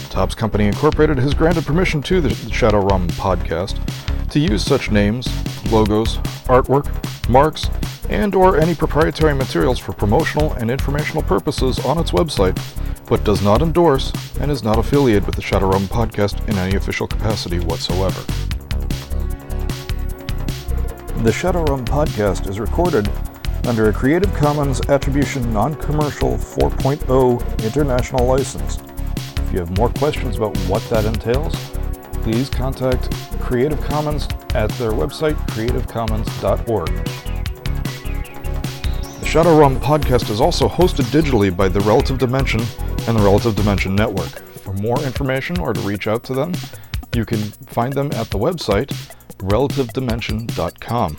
Speaker 1: Tops Company Incorporated has granted permission to the Shadow Rum podcast to use such names, logos, artwork, marks, and or any proprietary materials for promotional and informational purposes on its website, but does not endorse and is not affiliated with the Shadow Rum podcast in any official capacity whatsoever. The Shadow Rum podcast is recorded under a Creative Commons Attribution Non-Commercial 4.0 international license. If you have more questions about what that entails, please contact Creative Commons at their website, creativecommons.org. The Shadow Realm podcast is also hosted digitally by The Relative Dimension and the Relative Dimension Network. For more information or to reach out to them, you can find them at the website relativedimension.com.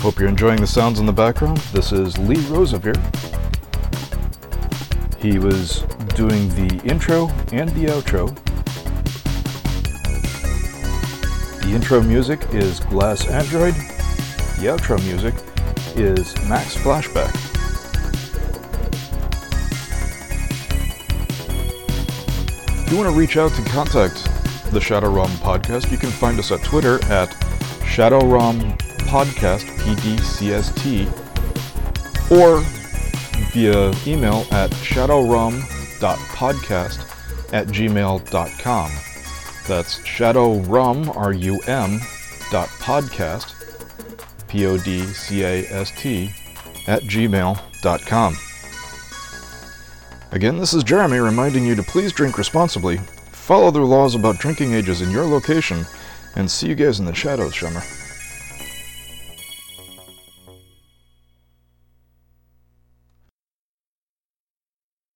Speaker 1: Hope you're enjoying the sounds in the background. This is Lee Rosevier. He was doing the intro and the outro. The intro music is Glass Android. The outro music is Max Flashback. If you want to reach out to contact the Shadow Realm podcast, you can find us at Twitter at Shadow Realm Podcast PDCST or via email at shadowrum.podcast at gmail.com. That's shadowrum, R-U-M, dot podcast, P-O-D-C-A-S-T, at gmail.com. Again, this is Jeremy reminding you to please drink responsibly, follow the laws about drinking ages in your location, and see you guys in the shadows, Shummer.